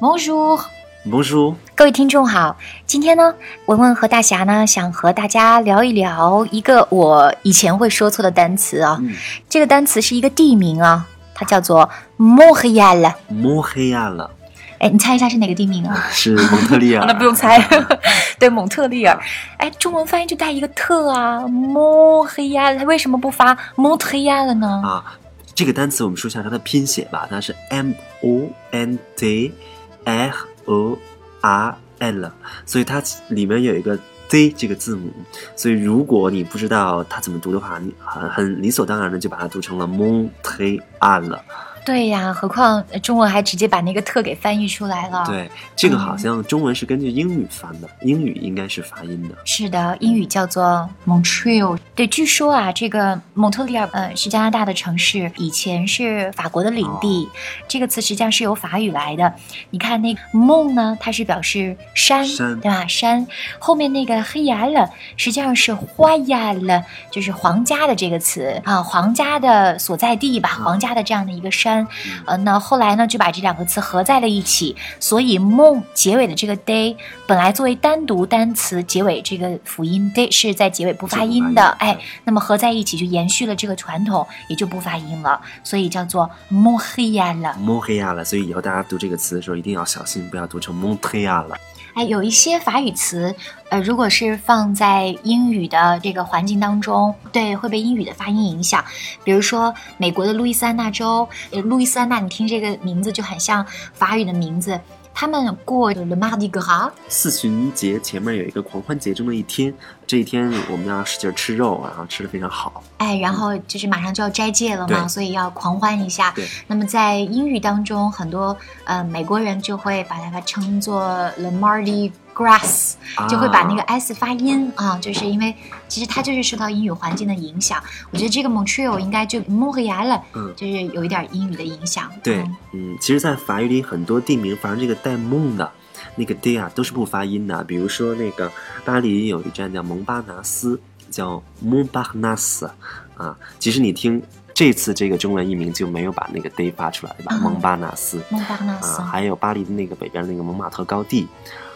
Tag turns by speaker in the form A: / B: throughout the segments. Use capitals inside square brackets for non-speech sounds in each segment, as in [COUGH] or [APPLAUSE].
A: Bonjour，
B: 不输，
A: 各位听众好，今天呢，文文和大侠呢想和大家聊一聊一个我以前会说错的单词啊，
B: 嗯，
A: 这个单词是一个地名啊，它叫做 Montreal。
B: 摸黑暗了，
A: 哎，你猜一下是哪个地名啊？
B: 是蒙特利尔。
A: [LAUGHS] 那不用猜，对，蒙特利尔。哎，中文翻译就带一个特啊，Montreal，它为什么不发 Montreal 呢？
B: 啊。 [LAUGHS] 这个单词我们说一下它的拼写吧，它是 M O N T R O R L，所以它里面有一个 Z 这个字母，所以如果你不知道它怎么读的话，你很很理所当然的就把它读成了 Montreal 了。
A: 对呀，何况呃中文还直接把那个特给翻译出来了。。
B: 对，
A: 嗯
B: 这个好像中文是根据英语翻的，英语应该是发音的。
A: 是的，英语叫做 Montreal。对，据说啊，这个蒙特利尔，呃，是加拿大的城市，以前是法国的领地。
B: 哦
A: 这个词实际上是由法语来的。你看那个 mon 呢，它是表示山，
B: 山
A: 对吧？山后面那个黑牙了，实际上是花呀了，就是皇家的这个词啊，皇家的所在地吧，
B: 嗯
A: 皇家的这样的一个山。
B: 嗯
A: 呃，那后来呢，就把这两个词合在了一起，所以梦结尾的这个 day 本来作为单独单词结尾这个辅音 day 是在结尾不发音的，
B: 这个发音
A: 哎，那么合在一起就延续了这个传统，也就不发音了，所以叫做 m o n r e 了。
B: 蒙黑亚了，所以以后大家读这个词的时候一定要小心，不要读成蒙特亚了。
A: 哎，有一些法语词，呃，如果是放在英语的这个环境当中，对，会被英语的发音影响。比如说美国的路易斯安那州，呃，路易斯安那，你听这个名字就很像法语的名字。他们过 Le Mardi Gras，
B: 四旬节前面有一个狂欢节中的一天，这一天我们要使劲吃肉，然后吃的非常好。
A: 哎，然后就是马上就要斋戒了嘛，
B: 嗯对
A: 所以要狂欢一下
B: 对。
A: 那么在英语当中，很多呃美国人就会把它称作 Le Mardi Gras，就会把那个
B: 啊
A: s 发音啊、就是因为其实它就是受到英语环境的影响。我觉得这个 Montreal 应该就 Montreal 了，
B: 嗯
A: 就是有一点英语的影响。
B: 对
A: 嗯，
B: 嗯，其实，在法语里很多地名，反正这个带梦的。那个 d 啊都是不发音的，比如说那个巴黎有一站叫蒙巴纳斯，叫 Montparnasse 啊。其实你听这次这个中文译名就没有把那个 d 发出来，对吧？
A: 嗯
B: 蒙巴纳斯，
A: 蒙巴纳斯
B: 啊，还有巴黎的那个北边那个蒙马特高地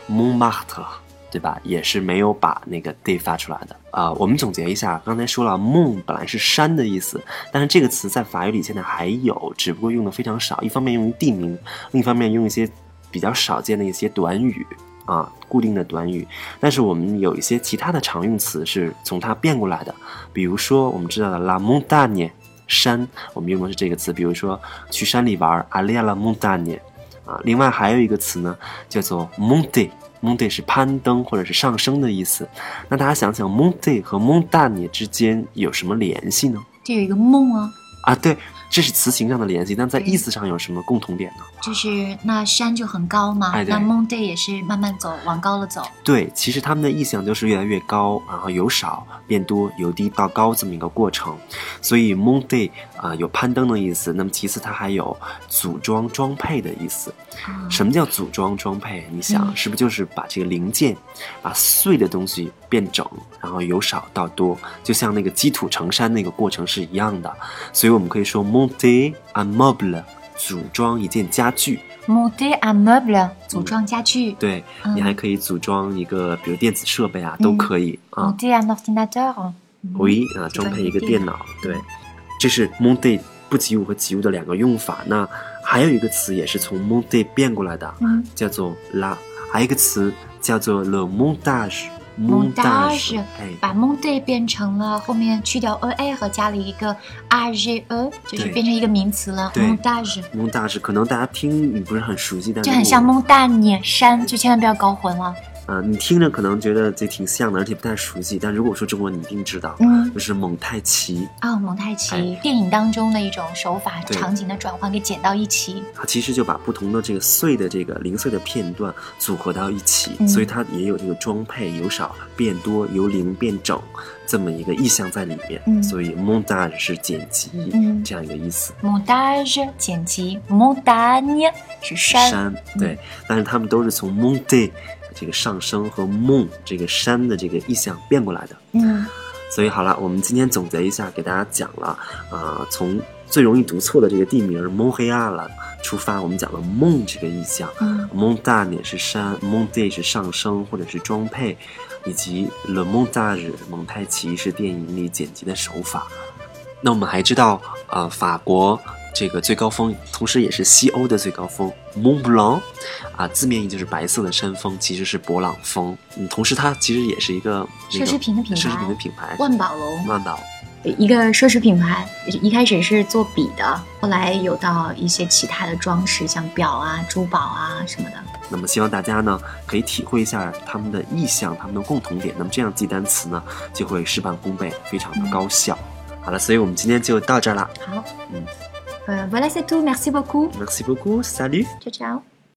B: m o n t m a r t r 对吧？也是没有把那个 day 发出来的啊、我们总结一下，刚才说了，moon 本来是山的意思，但是这个词在法语里现在还有，只不过用的非常少。一方面用于地名，另一方面用一些比较少见的一些短语啊，固定的短语。但是我们有一些其他的常用词是从它变过来的，比如说我们知道的 la montagne 山，我们用的是这个词。比如说去山里玩儿，aller à la montagne 啊。另外还有一个词呢，叫做 monte。monte 是攀登或者是上升的意思。那大家想想，monte 和 montagne 之间有什么联系呢？
A: 这有一个梦啊，
B: 啊，对，这是词形上的联系，但在
A: 对
B: 意思上有什么共同点呢？
A: 就是那山就很高嘛，
B: 哎对
A: 那 Mon Day 也是慢慢走，往高了走。
B: 对，其实他们的意向就是越来越高，然后由少变多，由低到高这么一个过程。所以 moon day 啊、有攀登的意思，那么其次它还有组装装配的意思。
A: 啊
B: 什么叫组装装配？你想
A: 嗯，
B: 是不是就是把这个零件，把碎的东西变整，然后由少到多，就像那个积土成山那个过程是一样的。所以我们可以说 monter un meuble，组装一件家具。
A: Mon Day a meuble 组装家具。
B: 嗯对
A: 嗯
B: 你还可以组装一个，比如电子设备啊，都
A: 嗯
B: 可以啊。
A: Mon Day a ordinateur。嗯
B: 唯一啊装配一个电脑，对，这是 moon day 不及物和及物的两个用法。那还有一个词也是从 moon day 变过来的，
A: 嗯
B: 叫做 la，还有一个词叫做 le montage。
A: montage
B: 哎，
A: 把 Mon Day 变成了后面去掉 a a 和加了一个 r g e，就是
B: 对
A: 变成一个名词了。
B: 对
A: Mon Day。
B: montage 可能大家听你不是很熟悉，但是
A: 就很像
B: 我
A: 蒙大年山，就千万不要搞混了。
B: 啊、你听着可能觉得这挺像的，而且不太熟悉。但如果说中文，你一定知道，
A: 嗯，
B: 就是蒙太奇。
A: 啊、蒙太奇、
B: 哎
A: 电影当中的一种手法，
B: 对
A: 场景的转换给剪到一起。
B: 它其实就把不同的这个碎的这个零碎的片段组合到一起，
A: 嗯
B: 所以它也有这个装配，由少变多，由零变整这么一个意象在里面。
A: 嗯
B: 所以 montage 是剪辑、
A: 嗯
B: 这样一个意思。
A: 蒙大日剪辑，蒙大年是山，
B: 对，但是他们都是从 moon day 这个上升和 moon 这个山的这个意象变过来的。
A: 嗯，
B: 所以好了，我们今天总结一下，给大家讲了啊、从最容易读错的这个地名蒙黑亚了。出发，我们讲了梦这个意象，
A: 嗯
B: 蒙大也是山，蒙 day 是上升或者是装配，以及 le m o n t a g e 蒙太奇是电影里剪辑的手法。那我们还知道啊、呃法国这个最高峰，同时也是西欧的最高峰 Mont Blanc，啊，字面意就是白色的山峰，其实是勃朗峰。嗯，同时它其实也是一个那个
A: 奢侈品的品
B: 奢侈品的
A: 牌
B: 品牌，
A: 万宝龙
B: 万宝
A: 一个奢侈品牌，一开始是做笔的，后来有到一些其他的装饰，像表啊、珠宝啊什么的。
B: 那么希望大家呢可以体会一下他们的意向，他们的共同点。那么这样记单词呢就会事半功倍，非常的高效。好了，所以我们今天就到这儿啦。
A: 好，
B: 嗯
A: 呃，voilà c'est tout，merci beaucoup，
B: Merci beaucoup, salut。
A: ciao ciao。